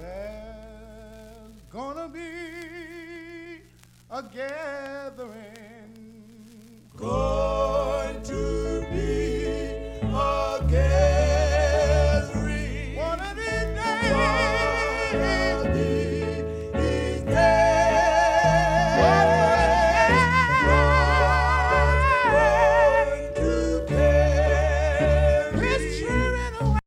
There's gonna be a gathering. Go.